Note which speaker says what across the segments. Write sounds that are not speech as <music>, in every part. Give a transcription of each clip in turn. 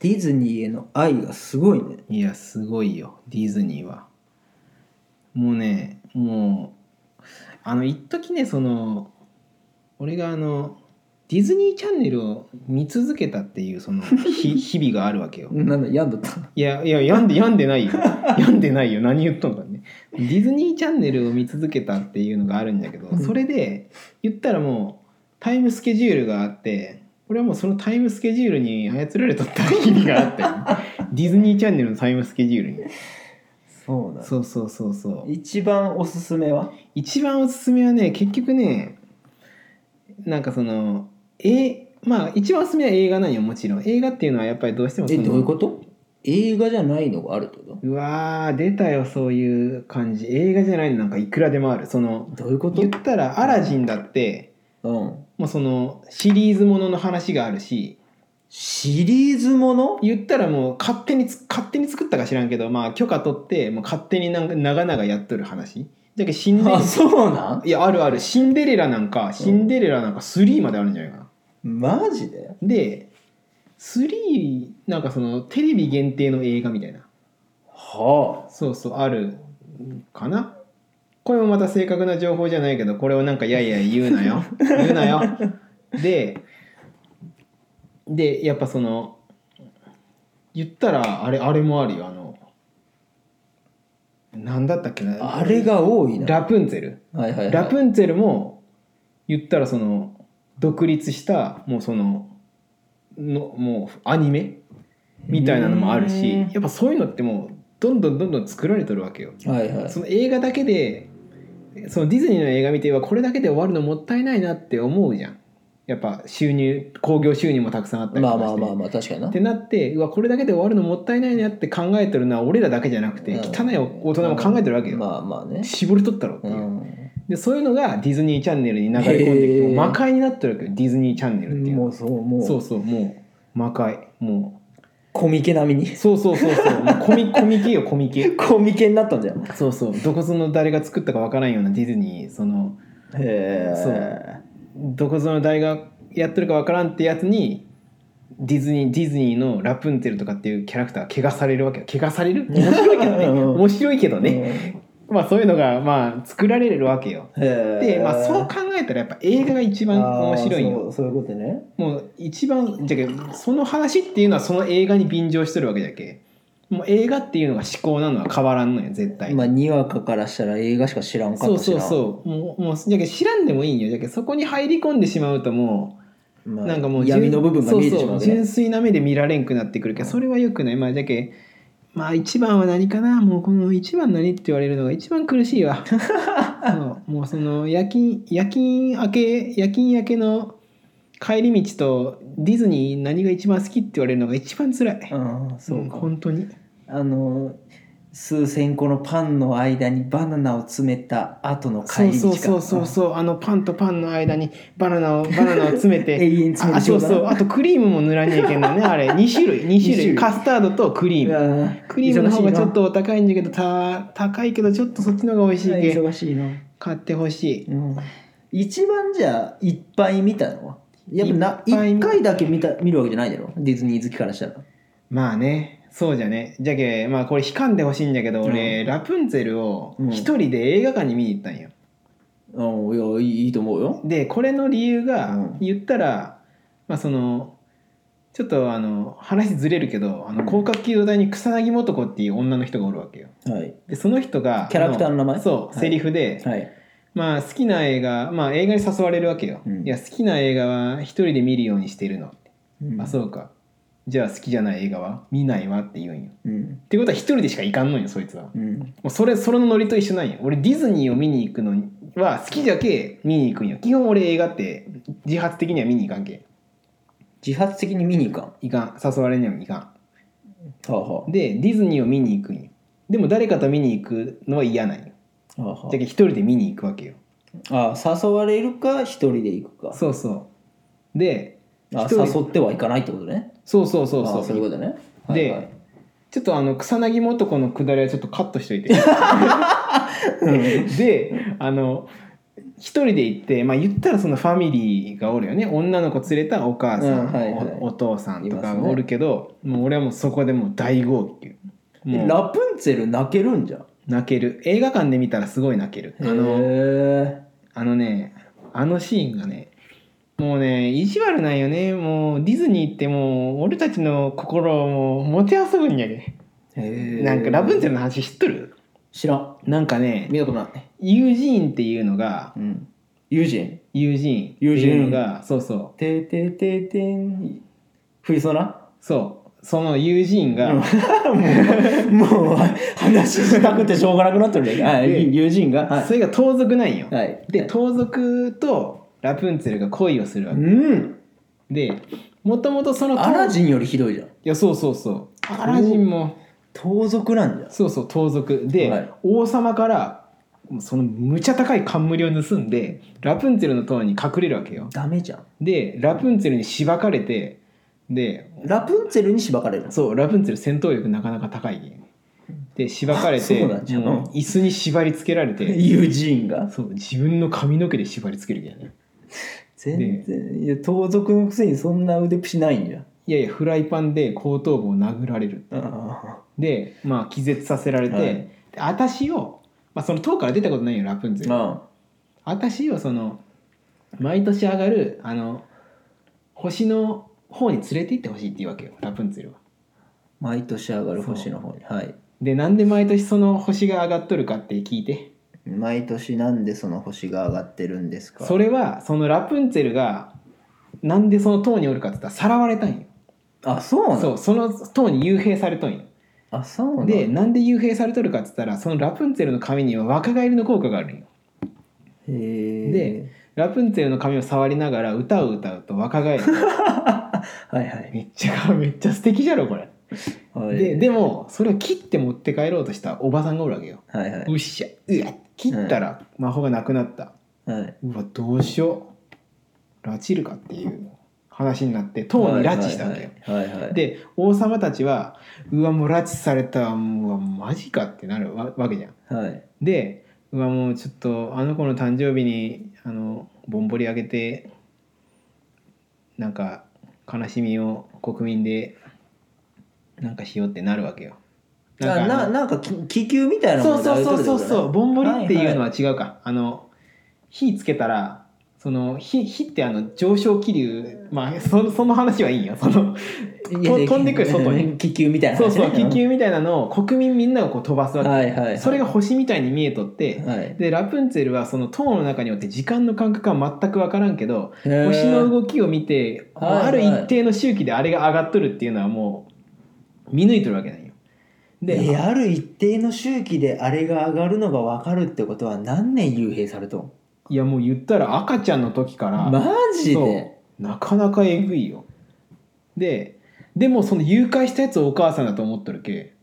Speaker 1: ディズニーへの愛がすごいね
Speaker 2: いやすごいよディズニーはもうねもうあの一時ねその俺があのディズニーチャンネルを見続けたっていうそのひ日々があるわけよ
Speaker 1: なんだ病んだった
Speaker 2: いやいや病んで病んでな
Speaker 1: <laughs>
Speaker 2: いよ病んでないよ何言っとんだねディズニーチャンネルを見続けたっていうのがあるんだけど
Speaker 1: うん
Speaker 2: それで言ったらもうタイムスケジュールがあって俺はもうそのタイムスケジュールに操られとった日々があった
Speaker 1: <laughs>
Speaker 2: よディズニーチャンネルのタイムスケジュールに
Speaker 1: そうだ
Speaker 2: そうそうそうそう
Speaker 1: 一番おすすめは
Speaker 2: 一番おすすめはね結局ねなんかそのえまあ一番おすすめは映画なんよもちろん映画っていうのはやっぱりどうしてもそ
Speaker 1: え
Speaker 2: の
Speaker 1: どういうこと映画じゃないのがあるってこ
Speaker 2: うわー出たよそういう感じ映画じゃないのなんかいくらでもあるその
Speaker 1: とどういうこと
Speaker 2: 言ったら「アラジン」だって
Speaker 1: うん
Speaker 2: もうそのシリーズものの話があるし
Speaker 1: シリーズもの
Speaker 2: 言ったらもう勝手につ勝手に作ったか知らんけどまあ許可取ってもう勝手になんか長々やっとる話だけどシンデレ
Speaker 1: あそうなん
Speaker 2: いやあるあるシンデレラなんかシンデレラなんか3まであるんじゃないかな
Speaker 1: マジで
Speaker 2: で3なんかそのテレビ限定の映画みたいな
Speaker 1: は
Speaker 2: そうそうあるかなこれもまた正確な情報じゃないけどこれをなんか「やいやい言う
Speaker 1: <laughs>
Speaker 2: なよ言うなよ」ででやっぱその言ったらあれあれもあるよあのなんだったっけな
Speaker 1: ああれが多いな
Speaker 2: ラプンツェル
Speaker 1: はいはいはい
Speaker 2: ラプンツェルも言ったらその独立したもうそののもうアニメみたいなのもあるし
Speaker 1: うん
Speaker 2: やっぱそういうのってもうどんどんどんどん作られてるわけよ。
Speaker 1: はいはい
Speaker 2: その映画だけでそのディズニーの映画見てはこれだけで終わるのもったいないなって思うじゃんやっぱ収入興行収入もたくさんあったり
Speaker 1: ま
Speaker 2: とか
Speaker 1: あ
Speaker 2: して、
Speaker 1: まあまあまあ確かにな
Speaker 2: ってなってうわこれだけで終わるのもったいないなって考えてるのは俺らだけじゃなくて
Speaker 1: うん
Speaker 2: 汚い大人も考えてるわけよ、
Speaker 1: まあまあね
Speaker 2: 絞り取ったろっていうう、
Speaker 1: ん
Speaker 2: でそういうのがディズニーチャンネルに流れ込んでき
Speaker 1: へ
Speaker 2: て
Speaker 1: ー
Speaker 2: 魔界になってるわけよディズニーチャンネルっていうの
Speaker 1: も
Speaker 2: は
Speaker 1: うそうもう
Speaker 2: そうそうもう魔界も
Speaker 1: コミケ並み
Speaker 2: う <laughs>
Speaker 1: に
Speaker 2: そうそうそうそうもうコミコミケよコ
Speaker 1: <laughs>
Speaker 2: ミケ
Speaker 1: コミケになったんじゃんへ
Speaker 2: そうそうどこぞの誰が作ったかわからんようなディズニーその
Speaker 1: え
Speaker 2: どこぞの誰がやってるかわからんってやつにディズニーディズニーのラプンツェルとかっていうキャラクターが怪我されるわけよ怪我される面白いけどね
Speaker 1: <laughs> うん
Speaker 2: 面白いけど
Speaker 1: う
Speaker 2: ね、
Speaker 1: ね
Speaker 2: まあそういうのがまあ作られるわけよで
Speaker 1: で
Speaker 2: まあそう考えたらやっぱ映画が一番面白いよ
Speaker 1: そうそういうことね
Speaker 2: もう一番じゃけその話っていうのはその映画に便乗してるわけじゃけもう映画っていうのが思考なのは変わらんのよ絶対
Speaker 1: まあにわかからしたら映画しか知らんか
Speaker 2: そ
Speaker 1: っ
Speaker 2: う
Speaker 1: たし
Speaker 2: そ
Speaker 1: な
Speaker 2: うそうもうもうじゃけ知らんでもいいんよじゃけそこに入り込んでしまうともう
Speaker 1: まあ
Speaker 2: なんかもう
Speaker 1: 闇の部分が見えてしまう
Speaker 2: そうそう
Speaker 1: ね
Speaker 2: 純粋な目で見られんくなってくるけどそれはよくないまあじゃけまあ一番は何かなもうこの一番何って言われるのが一番苦し
Speaker 1: <laughs>
Speaker 2: いわそうもうその夜勤夜勤明け夜勤明けの帰り道とディズニー何が一番好きって言われるのが一番辛い
Speaker 1: ああそうか、
Speaker 2: ん本当に
Speaker 1: あの数千個のパンの間にバナナを詰めた後の帰
Speaker 2: そ
Speaker 1: り道
Speaker 2: うそう
Speaker 1: か
Speaker 2: そうそうそうあのパンとパンの間にバナナをバナナを詰め
Speaker 1: うん <laughs>
Speaker 2: て
Speaker 1: 永遠詰め
Speaker 2: あ
Speaker 1: る
Speaker 2: そうそう
Speaker 1: う
Speaker 2: あとクリームも塗らんにゃいけんのねあれ2種類2種類
Speaker 1: 二種類
Speaker 2: カスタードとクリームクリームの方がちょっとお高いんだけどた高いけどちょっとそっちの方が美味しいけ
Speaker 1: 忙しいな、
Speaker 2: 買ってほしい
Speaker 1: うん、一番じゃあいっぱい見たのはやっぱない
Speaker 2: っぱい
Speaker 1: 一
Speaker 2: 見た
Speaker 1: 回だけ見た見るわけじゃないだろディズニー好きからしたら
Speaker 2: まあねそうじゃねじゃけまあこれ悲観でほしいんだけど俺、ラプンツェルを
Speaker 1: うん
Speaker 2: 一人で映画館に見に行ったんよ
Speaker 1: うんいやいいいいと思うよ
Speaker 2: でこれの理由が、
Speaker 1: うん
Speaker 2: 言ったらまあそのちょっとあの話ずれるけどあの広角機動隊に草薙素子っていう女の人がおるわけよ
Speaker 1: はい
Speaker 2: でその人が
Speaker 1: キャラクターの名前
Speaker 2: そ
Speaker 1: は
Speaker 2: う、
Speaker 1: い
Speaker 2: セリフで、
Speaker 1: はい
Speaker 2: まあ好きな映画まあ映画に誘われるわけよ、
Speaker 1: うん
Speaker 2: いや好きな映画は一人で見るようにしてるの
Speaker 1: うん
Speaker 2: あそうかじゃあ好きじゃない映画は見ないわって言うんよ
Speaker 1: うん
Speaker 2: ってことは一人でしか行かんのよそいつはも
Speaker 1: うん
Speaker 2: うそれそれのノリと一緒なんよ俺ディズニーを見に行くのには好きじゃけ見に行くんよ基本俺映画って自発的には見に行かんけ
Speaker 1: 自発的に見に行かんは
Speaker 2: 行かん誘われんにも行か
Speaker 1: あは
Speaker 2: んでディズニーを見に行くんよでも誰かと見に行くのは嫌なんよ
Speaker 1: あはあは
Speaker 2: じゃけ一人で見に行くわけよ
Speaker 1: ああ誘われるか一人で行くか
Speaker 2: そうそうで
Speaker 1: あ
Speaker 2: 一人
Speaker 1: 誘ってはいかないってことね
Speaker 2: そうそうそうそ
Speaker 1: あ
Speaker 2: う
Speaker 1: そういうことね
Speaker 2: で
Speaker 1: はいはい
Speaker 2: ちょっとあの草薙素子のくだりはちょっとカットしといてであの一人で行って、まあ、言ったらそのファミリーがおるよね女の子連れたお母さん、
Speaker 1: うんはいはい
Speaker 2: おお父さん
Speaker 1: い
Speaker 2: とか
Speaker 1: ます
Speaker 2: が
Speaker 1: ね
Speaker 2: おるけど、もう俺はもうそこでもう大号泣もう
Speaker 1: ラプンツェル泣けるんじゃん
Speaker 2: 泣ける映画館で見たらすごい泣けるあの
Speaker 1: へ
Speaker 2: あのねあのシーンがねもうね意地悪なんよねもうディズニーってもう俺たちの心をもうもてあそぶんやで、
Speaker 1: えへえ
Speaker 2: なんかラプンツェルの話知っとる
Speaker 1: 知らん
Speaker 2: なんかね
Speaker 1: 見たことない
Speaker 2: ユージーンっていうのが
Speaker 1: うん友人
Speaker 2: ユージーンっていうのがそうそう
Speaker 1: ててててん冬空
Speaker 2: そうその友人が、
Speaker 1: うん <laughs> もう話したくてしょうがなくなってるじゃんはい友人がは
Speaker 2: それが盗賊なんよ、
Speaker 1: い、はい、
Speaker 2: で盗賊とラプンツェルが恋をするわ
Speaker 1: う
Speaker 2: け、
Speaker 1: ん
Speaker 2: でもともとその
Speaker 1: アラ
Speaker 2: ン
Speaker 1: ジンよりひどいじゃん
Speaker 2: いやそうそうそうアラジンも
Speaker 1: 盗賊なんじゃん
Speaker 2: そうそう盗賊で、
Speaker 1: はい
Speaker 2: 王様からそのむちゃ高い冠を盗んでラプンツェルの塔に隠れるわけよ
Speaker 1: ダメじゃん
Speaker 2: でラプンツェルにしばかれてで
Speaker 1: ラプンツェルにしばかれる
Speaker 2: そうラプンツェル戦闘力なかなか高いねでしばかれて
Speaker 1: あそうなんじゃん
Speaker 2: もう椅子に縛り付けられて
Speaker 1: <laughs> 友人が
Speaker 2: そう自分の髪の毛で縛り付けるけどね
Speaker 1: 全然いや盗賊のくせにそんな腕っぷしないんじゃん
Speaker 2: いやいやフライパンで後頭部を殴られる
Speaker 1: あ
Speaker 2: でまあ気絶させられて、
Speaker 1: はい
Speaker 2: で私を、まあ、その塔から出たことないよラプンツェル
Speaker 1: あ
Speaker 2: 私をその毎年上がるあの星の方に連れて行ってほしいって言うわけよラプンツェルは。
Speaker 1: 毎年上がる星の方にはい
Speaker 2: でなんで毎年その星が上がっとるかって聞いて
Speaker 1: 毎年なんでその星が上がってるんですか
Speaker 2: それはそのラプンツェルがなんでその塔におるかって言ったらさらわれたんよ。
Speaker 1: あそうな
Speaker 2: そ
Speaker 1: の
Speaker 2: うその塔に幽閉されとんよ。
Speaker 1: あそうなの
Speaker 2: でなんで幽閉されとるかって言ったらそのラプンツェルの髪には若返りの効果があるんよ
Speaker 1: へー
Speaker 2: でラプンツェルの髪を触りながら歌を歌うと若返る
Speaker 1: はいはい
Speaker 2: めっちゃ <laughs> めっちゃ素敵じゃろこれ、
Speaker 1: はい
Speaker 2: ででもそれを切って持って帰ろうとしたおばさんがおるわけよ、
Speaker 1: はいは
Speaker 2: うっしゃうわ切ったら魔法がなくなった、
Speaker 1: いはいう
Speaker 2: わどうしよう拉致るかっていう話になって塔に拉致したわけよ、
Speaker 1: はいはいは
Speaker 2: <laughs>
Speaker 1: い
Speaker 2: で王様たちはうわもう拉致されたもうマジかってなるわわけじゃん
Speaker 1: はい
Speaker 2: でうわもうちょっとあの子の誕生日にあのぼんぼりあげてなんか悲しみを国民でなんかしようってなるわけよ。
Speaker 1: あ
Speaker 2: あ
Speaker 1: な
Speaker 2: の
Speaker 1: なんかき気球みたいな
Speaker 2: そう
Speaker 1: で
Speaker 2: そうそうそうそうぼんぼりっていうの
Speaker 1: は
Speaker 2: は違うか、あの火つけたらその火火ってあの上昇気流まあそその話はいいんよその
Speaker 1: いはい
Speaker 2: と飛んでくる外に
Speaker 1: 気球みたいな
Speaker 2: そう
Speaker 1: 話ね
Speaker 2: そう気球みたいなのを国民みんながこう飛ばすわけ、
Speaker 1: はいはいはい
Speaker 2: それが星みたいに見えとって、
Speaker 1: はい
Speaker 2: でラプンツェルはその塔の中におって時間の感覚は全く分からんけど
Speaker 1: へー
Speaker 2: 星の動きを見てもう
Speaker 1: はい
Speaker 2: ある一定の周期であれが上がっとるっていうのはもう見抜いとるわけなんよ。で、
Speaker 1: である一定の周期であれが上がるのが分かるってことは何年幽閉されとん
Speaker 2: いやもう言ったら赤ちゃんの時から、
Speaker 1: マジで
Speaker 2: そうなかなかえぐいよ。ででもその誘拐したやつをお母さんだと思っとるけ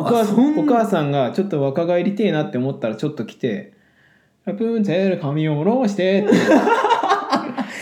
Speaker 1: はあ
Speaker 2: 母
Speaker 1: あ
Speaker 2: さ
Speaker 1: そん
Speaker 2: ん
Speaker 1: な
Speaker 2: お母さんがちょっと若返りてえなって思ったらちょっと来て「ラプンツェル髪を下ろして」って <laughs>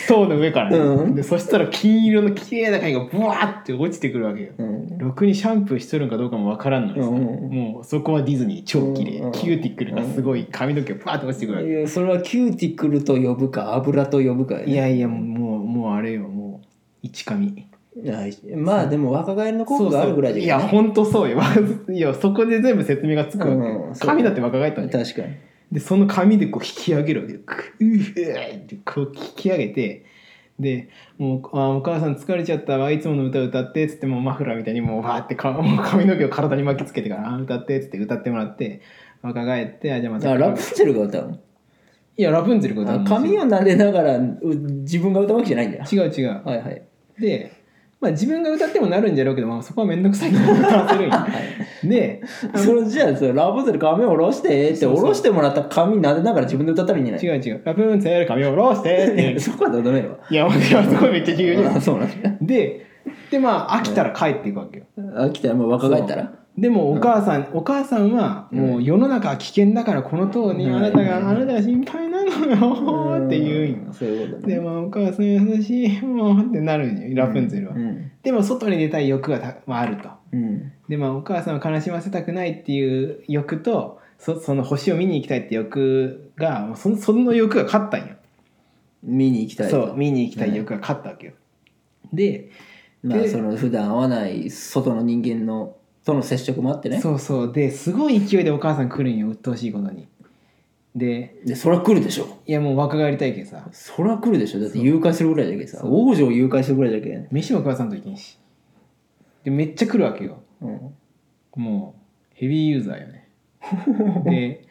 Speaker 2: 塔の上からね、
Speaker 1: うん
Speaker 2: でそしたら金色の綺麗な髪がブワーって落ちてくるわけよ
Speaker 1: うん
Speaker 2: ろくにシャンプーしとるんかどうかもわからんのにさ、
Speaker 1: うんうんうん
Speaker 2: もうそこはディズニー超綺麗、
Speaker 1: うんうん
Speaker 2: キューティクルがすごい髪の毛がバーって落ちてくるわけ、
Speaker 1: いやそれはキューティクルと呼ぶか油と呼ぶか
Speaker 2: いやいやもうもうあれよもう一髪
Speaker 1: ないまあでも若返りの効果があるぐらい
Speaker 2: い
Speaker 1: で
Speaker 2: やほんとそうよ <laughs> いやそこで全部説明がつくわけよ、
Speaker 1: うんそう
Speaker 2: 髪だって若返ったんだよ
Speaker 1: 確かに
Speaker 2: でその紙でこう引き上げるわけよくうーってこう引き上げてでもうあー「お母さん疲れちゃったわいつもの歌歌って」っつってもうマフラーみたいにもうわーってかもう髪の毛を体に巻きつけてからあー「歌って」っつって歌ってもらって若返ってあじゃあまた
Speaker 1: あラプンツェルが歌う
Speaker 2: いやラプンツェルが歌う
Speaker 1: の
Speaker 2: ん
Speaker 1: あ
Speaker 2: です
Speaker 1: 髪
Speaker 2: よ
Speaker 1: を撫でながらう自分が歌うわけじゃないんだよ
Speaker 2: 違う違う
Speaker 1: はいはい
Speaker 2: でまあ自分が歌ってもなるんじゃろうけど、まあ、そこは面倒くさいから歌わせるんやで
Speaker 1: それじゃあそのラプンツェル髪を下ろしてって下
Speaker 2: そうそう
Speaker 1: ろしてもらった髪撫でながら自分で歌ったらいいんじゃない
Speaker 2: 違う違う「ラプンツェル髪を下ろして」って言う
Speaker 1: そこはどうでもいいわ
Speaker 2: いやいやそこめっちゃ重要じゃん
Speaker 1: あそうなんだ
Speaker 2: ででまあ飽きたら帰っていくわけよ
Speaker 1: あ来たよもう若返ったら
Speaker 2: でもお母さん、お母さんはもう世の中は危険だからこの塔に
Speaker 1: うん
Speaker 2: あなたが、あなたが心配なのよって言うんよ
Speaker 1: そういうことね
Speaker 2: でまあお母さん優しいもうってなるんよラプンツェルは、
Speaker 1: うん
Speaker 2: でも外に出たい欲がた、まあ、あると
Speaker 1: うん
Speaker 2: でまあお母さんを悲しませたくないっていう欲とそその星を見に行きたいって欲がそその欲が勝ったんよ
Speaker 1: 見に行きたいと
Speaker 2: そう見に行きたい欲が勝ったわけよ、で
Speaker 1: まあ
Speaker 2: で
Speaker 1: その普段会わない外の人間のとの接触もあってね
Speaker 2: そうそうですごい勢いでお母さん来るんよ鬱陶しいことにで
Speaker 1: でそら来るでしょ
Speaker 2: いやもう若返りたいけどさ
Speaker 1: そら来るでしょだって誘拐するぐらいだけどさ
Speaker 2: そう
Speaker 1: 王女を誘拐するぐらいだけどね、
Speaker 2: 飯も食わさんといけんしでめっちゃ来るわけよ
Speaker 1: うん、
Speaker 2: もうヘビーユーザーよね <laughs> で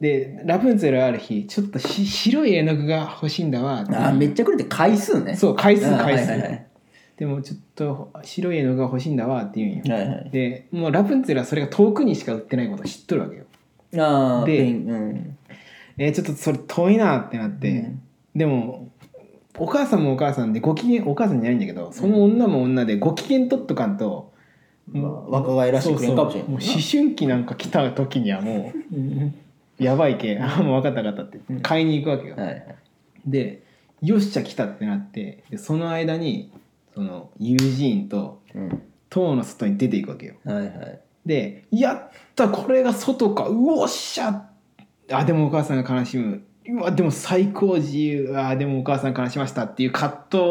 Speaker 2: でラプンツェルはある日ちょっとし白い絵の具が欲しいんだわって
Speaker 1: あーめっちゃ来るって回数ね
Speaker 2: そう回数
Speaker 1: あー
Speaker 2: 回数、
Speaker 1: はいはい
Speaker 2: でもちょっと白い絵の具が欲しいんだわって言うんよ
Speaker 1: はいはいはい
Speaker 2: でもうラプンツェルはそれが遠くにしか売ってないことを知っとるわけよ
Speaker 1: ああ
Speaker 2: で
Speaker 1: ペンうん
Speaker 2: えーちょっとそれ遠いなってなって、
Speaker 1: うん
Speaker 2: でもお母さんもお母さんでご機嫌お母さんじゃないんだけどその女も女でご機嫌取っとかんと、
Speaker 1: まあ
Speaker 2: もう
Speaker 1: 若返らしてくれんかもしれん
Speaker 2: そうそうもう思春期なんか来た時にはもうやばいけあもう分かった分かったっ
Speaker 1: う
Speaker 2: て
Speaker 1: ん
Speaker 2: 買いに行くわけよ、
Speaker 1: はいはい
Speaker 2: でよっしゃ来たってなってでその間にそのユージーンと
Speaker 1: うん
Speaker 2: 塔の外に出ていくわけよ
Speaker 1: はいはい
Speaker 2: で「やったこれが外かうおっしゃ!」あでもお母さんが悲しむうわでも最高自由あでもお母さん悲しましたっていう葛藤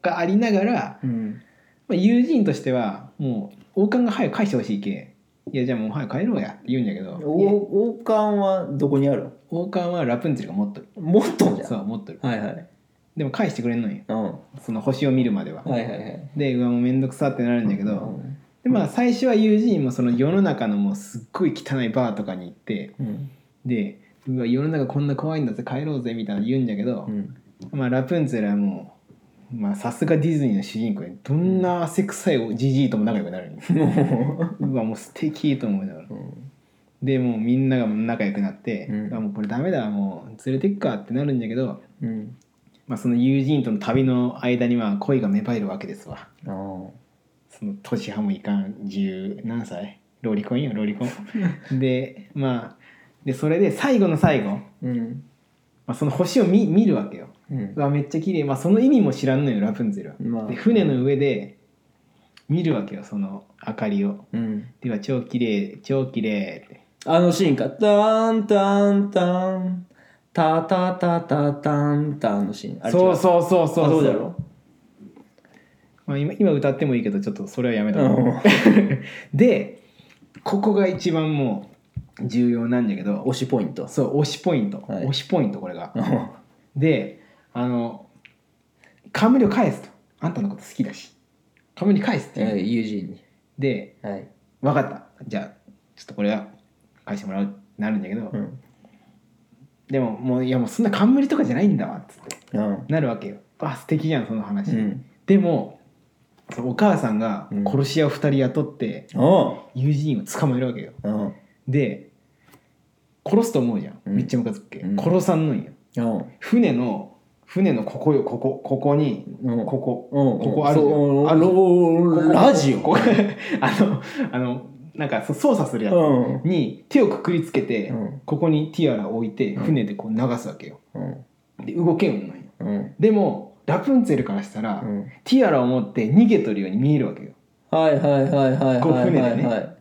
Speaker 2: がありながら、
Speaker 1: うん
Speaker 2: まあ、友人としてはもう王冠が早く返してほしいけいやじゃあもう早く帰ろうやって言うんだけどいや
Speaker 1: お王冠はどこにある
Speaker 2: 王冠はラプンツェルが持っとる
Speaker 1: 持っとんじゃん
Speaker 2: そう持っとる
Speaker 1: はいはい
Speaker 2: でも返してくれんのよ
Speaker 1: うん
Speaker 2: その星を見るまでは、
Speaker 1: はいはいはい
Speaker 2: でうわもうめんどくさってなるんだけど、でまあ最初は友人もその世の中のもうすっごい汚いバーとかに行って
Speaker 1: うん
Speaker 2: でうわ世の中こんな怖いんだぜ帰ろうぜみたいなの言うんだけど
Speaker 1: う、ん
Speaker 2: まあ、ラプンツェルはもうまあさすがディズニーの主人公でどんな汗臭いじじいとも仲良くなるんよ <laughs> うわもう素敵と思いながら
Speaker 1: うん
Speaker 2: でもうみんなが仲良くなって、
Speaker 1: うん
Speaker 2: あもうこれダメだもう連れてっかってなるんだけど、
Speaker 1: うん
Speaker 2: まあ、その友人との旅の間には恋が芽生えるわけですわ
Speaker 1: あー
Speaker 2: その年派もいかん十何歳ローリコンよローリコ
Speaker 1: <laughs>
Speaker 2: ンでまあでそれで最後の最後、ま
Speaker 1: うん
Speaker 2: あ、その星を見見るわけよ
Speaker 1: うん
Speaker 2: うわめっちゃ綺麗まあその意味も知らんのよラプンツェルは、
Speaker 1: まあ
Speaker 2: で船の上で見るわけよその明かりを
Speaker 1: うん
Speaker 2: では超綺麗超綺麗って
Speaker 1: あのシーンかタンタンタンタタタタタンタンのシーンあれ違
Speaker 2: そうそうそうそう
Speaker 1: あそうだろ
Speaker 2: まあ、今今歌ってもいいけどちょっとそれはやめた、 <laughs>
Speaker 1: うん
Speaker 2: でここが一番もう重要なんだけど
Speaker 1: 推しポイント
Speaker 2: そう推しポイント、
Speaker 1: はい
Speaker 2: 推しポイントこれが
Speaker 1: うん
Speaker 2: であの冠を返すとあんたのこと好きだし冠返すって、
Speaker 1: えー友人に
Speaker 2: で
Speaker 1: はい
Speaker 2: 分かったじゃあちょっとこれは返してもらうってなるんだけど、
Speaker 1: うん
Speaker 2: でももういやもうそんな冠とかじゃないんだわっつって
Speaker 1: うん
Speaker 2: なるわけよあ素敵じゃんその話、
Speaker 1: うん
Speaker 2: でもそのお母さんが
Speaker 1: うん
Speaker 2: 殺し屋を2人雇って、
Speaker 1: お
Speaker 2: 友人を捕まえるわけよ
Speaker 1: ううん
Speaker 2: で殺すと思うじゃん、
Speaker 1: うん
Speaker 2: めっちゃムカつくっけ、
Speaker 1: うん
Speaker 2: 殺さんのんよ
Speaker 1: うん
Speaker 2: 船の船のここよここここに
Speaker 1: うん
Speaker 2: ここ
Speaker 1: うん
Speaker 2: ここある
Speaker 1: そう
Speaker 2: あるここ
Speaker 1: ラジ
Speaker 2: こ
Speaker 1: オ
Speaker 2: こあのあのなんかそう操作するやつ
Speaker 1: うん
Speaker 2: に手をくくりつけて、
Speaker 1: うん
Speaker 2: ここにティアラを置いて
Speaker 1: うん
Speaker 2: 船でこう流すわけよ
Speaker 1: うん
Speaker 2: で動けんのんよ
Speaker 1: うん
Speaker 2: でもラプンツェルからしたら、
Speaker 1: うん
Speaker 2: ティアラを持って逃げとるように見えるわけよ
Speaker 1: はいはいはいはい
Speaker 2: こう
Speaker 1: はい
Speaker 2: 船
Speaker 1: は
Speaker 2: で
Speaker 1: い
Speaker 2: ね
Speaker 1: はい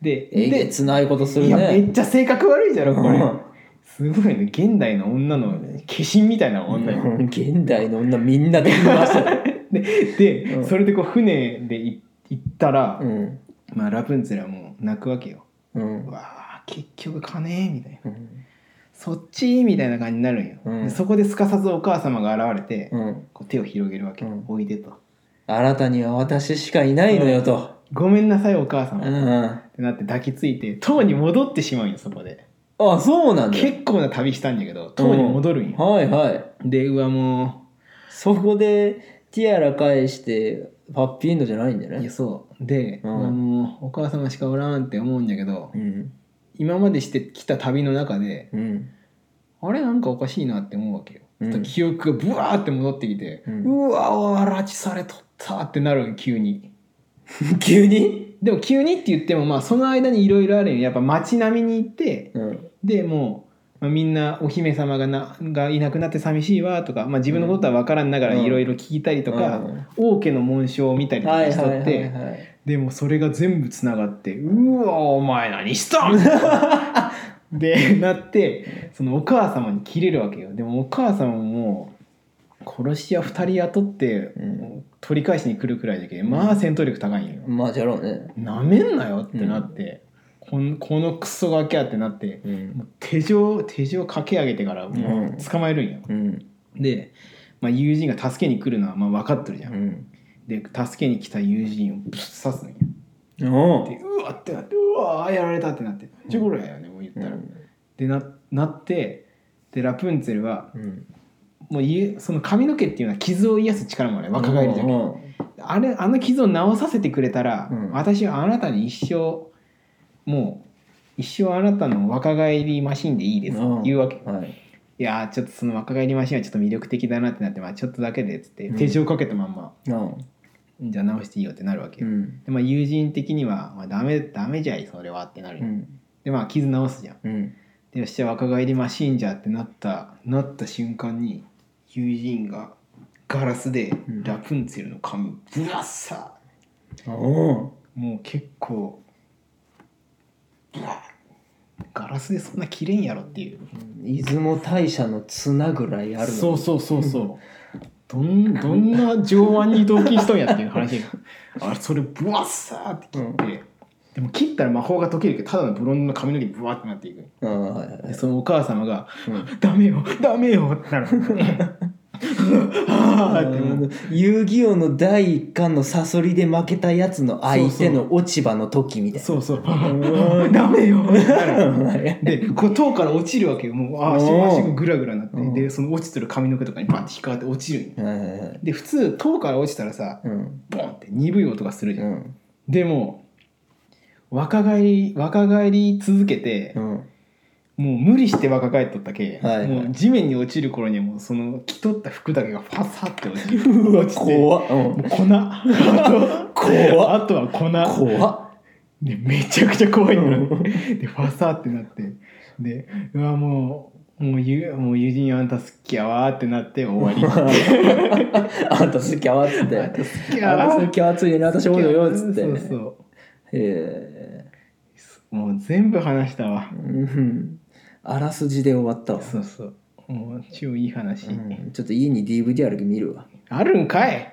Speaker 2: で
Speaker 1: えげつないことす
Speaker 2: で
Speaker 1: る
Speaker 2: いやめ
Speaker 1: ね
Speaker 2: っちゃ性格悪いじゃろこれ
Speaker 1: うん
Speaker 2: すごいね現代の女の化身みたいな女よ、
Speaker 1: うん現代の女みんなで見ましたよ
Speaker 2: で、
Speaker 1: うん
Speaker 2: それでこう船でい行ったら、
Speaker 1: うん
Speaker 2: まあ、ラプンツェルはもう泣くわけよ。
Speaker 1: うん
Speaker 2: うわあ結局金みたいな
Speaker 1: うん
Speaker 2: そっちみたいな感じになるんよ、
Speaker 1: うん
Speaker 2: でそこですかさずお母様が現れて、
Speaker 1: うん
Speaker 2: こう手を広げるわけよ、
Speaker 1: うん
Speaker 2: おいでと
Speaker 1: あなたには私しかいないのよと
Speaker 2: 「ごめんなさいお母
Speaker 1: う
Speaker 2: 様」っ
Speaker 1: ん
Speaker 2: てなって抱きついて塔に戻ってしまうんよそこで
Speaker 1: あそうなんだ
Speaker 2: 結構な旅したんだけど塔に戻るんよ、
Speaker 1: はいはい
Speaker 2: でうわも
Speaker 1: そこでティアラ返してパッピーエンドじゃないんだ
Speaker 2: うい
Speaker 1: ね
Speaker 2: やそうで、
Speaker 1: う
Speaker 2: うんわもうお母様しかおらんって思うんだけど
Speaker 1: うん
Speaker 2: 今までしてきた旅の中で
Speaker 1: うん
Speaker 2: あれなんかおかしいなって思うわけよ、
Speaker 1: うん
Speaker 2: 記憶がブワーって戻ってきて、
Speaker 1: う
Speaker 2: うんわー拉致されとったってなるの急に
Speaker 1: 急に
Speaker 2: でも急にって言ってもまあその間にいろいろあるよやっぱ街並みに行って
Speaker 1: うん
Speaker 2: でもうまあ、みんなお姫様がながいなくなって寂しいわとか、まあ、自分のことは分からんながら
Speaker 1: うん
Speaker 2: いろいろ聞いたりとか、
Speaker 1: うん
Speaker 2: 王家の紋章を見たりと
Speaker 1: は
Speaker 2: か
Speaker 1: い
Speaker 2: しと
Speaker 1: は
Speaker 2: っ
Speaker 1: い
Speaker 2: て、
Speaker 1: はいはい
Speaker 2: でもそれが全部つながって「うわお前何したん!」
Speaker 1: <laughs>
Speaker 2: でなってそのお母様に切れるわけよでもお母様も殺し屋2人雇って
Speaker 1: うん
Speaker 2: 取り返しに来るくらいだけど、まあ戦闘力高いんよ。
Speaker 1: まあじゃろうね
Speaker 2: なめんなよってなって、こんこのクソガキャってなって
Speaker 1: うん
Speaker 2: もう手錠手錠かけ上げてからも
Speaker 1: ん
Speaker 2: う捕まえるんよ、
Speaker 1: うん
Speaker 2: で、まあ、友人が助けに来るのはまあ分かってるじ
Speaker 1: う
Speaker 2: ゃん、
Speaker 1: ん
Speaker 2: で助けに来た友人をぶっ刺すんよ
Speaker 1: お
Speaker 2: でうわってなってうわやられたってなって「じゃこれやよねもう言ったら」でななってでラプンツェルはもう家その髪の毛っていうのは傷を癒す力もある若返りじゃんあれあの傷を治させてくれたら、
Speaker 1: うん
Speaker 2: 私はあなたに一生もう一生あなたの若返りマシンでいいです
Speaker 1: うん
Speaker 2: 言うわけ、い
Speaker 1: はい
Speaker 2: やーちょっとその若返りマシンはちょっと魅力的だなってなって、まあ、ちょっとだけでっつって
Speaker 1: うん
Speaker 2: 手錠かけたまんま、
Speaker 1: なあ
Speaker 2: じゃあ直していいよってなるわ
Speaker 1: う
Speaker 2: けよ、
Speaker 1: ん
Speaker 2: でまあ、友人的には、まあ、ダメダメじゃいそれはってな
Speaker 1: う
Speaker 2: るよ、
Speaker 1: ん
Speaker 2: でまあ傷直すじゃん
Speaker 1: うん
Speaker 2: でよっしゃ若返りマシンじゃってなったなった瞬間に友人がガラスで
Speaker 1: うん
Speaker 2: ラプンツェルの髪をブラッサー
Speaker 1: お
Speaker 2: もう結構うわガラスでそんな切れんやろっていう
Speaker 1: 出雲大社の綱ぐらいあるの
Speaker 2: そうそうそうそうどんどんな上腕に同期しとんやっていう話 <laughs> あそれブワッサーって切って、でも切ったら魔法が解けるけどただのブロンドの髪の毛ブワーってなっていく
Speaker 1: ああはいはいは
Speaker 2: で
Speaker 1: い
Speaker 2: そのお母様が
Speaker 1: うん
Speaker 2: 「 <laughs> ダメよダメよ」ってなる <laughs> あーってもう
Speaker 1: あの遊戯王の第一巻のサソリで負けたやつの相手の落ち葉の時みたいな。
Speaker 2: そうそう
Speaker 1: う
Speaker 2: 「 <laughs> ダメよ」ってな <laughs>
Speaker 1: <laughs>
Speaker 2: る
Speaker 1: はい
Speaker 2: でこう塔から落ちるわけよもうあー
Speaker 1: おー
Speaker 2: 足足がグラグラなって
Speaker 1: うん
Speaker 2: でその落ちてる髪の毛とかにバッて引っかかって落ちるんよ
Speaker 1: はいはい。
Speaker 2: で普通塔から落ちたらさ
Speaker 1: うん。
Speaker 2: ボンって鈍い音がするじ
Speaker 1: う
Speaker 2: ゃん、
Speaker 1: ん。
Speaker 2: でも若返り若返り続けて
Speaker 1: う、ん。
Speaker 2: もう無理して若返っとったけ、
Speaker 1: はいはい
Speaker 2: もう地面に落ちる頃にはもうその着とった服だけがファサって落ちる
Speaker 1: うわ、
Speaker 2: 落ちてもう
Speaker 1: 怖っ。うん。
Speaker 2: 粉あ
Speaker 1: <laughs>
Speaker 2: と
Speaker 1: 怖っ。
Speaker 2: あとは粉
Speaker 1: 怖っ。
Speaker 2: でめちゃくちゃ怖いのよでファサーってなってでうわもうもうゆもう友人あんた好きやわーってなって終わり
Speaker 1: あんた好きやわっつって。あんた
Speaker 2: 好きやわ
Speaker 1: 好きやわっつってね、私おるよっつって
Speaker 2: そう
Speaker 1: ね。
Speaker 2: そう
Speaker 1: へ
Speaker 2: もう全部話したわ
Speaker 1: え。うん。あらすじで終わったわ。
Speaker 2: そうそうもう超いい話、
Speaker 1: うんちょっと家に DVD あるけど見るわ。
Speaker 2: あるんかい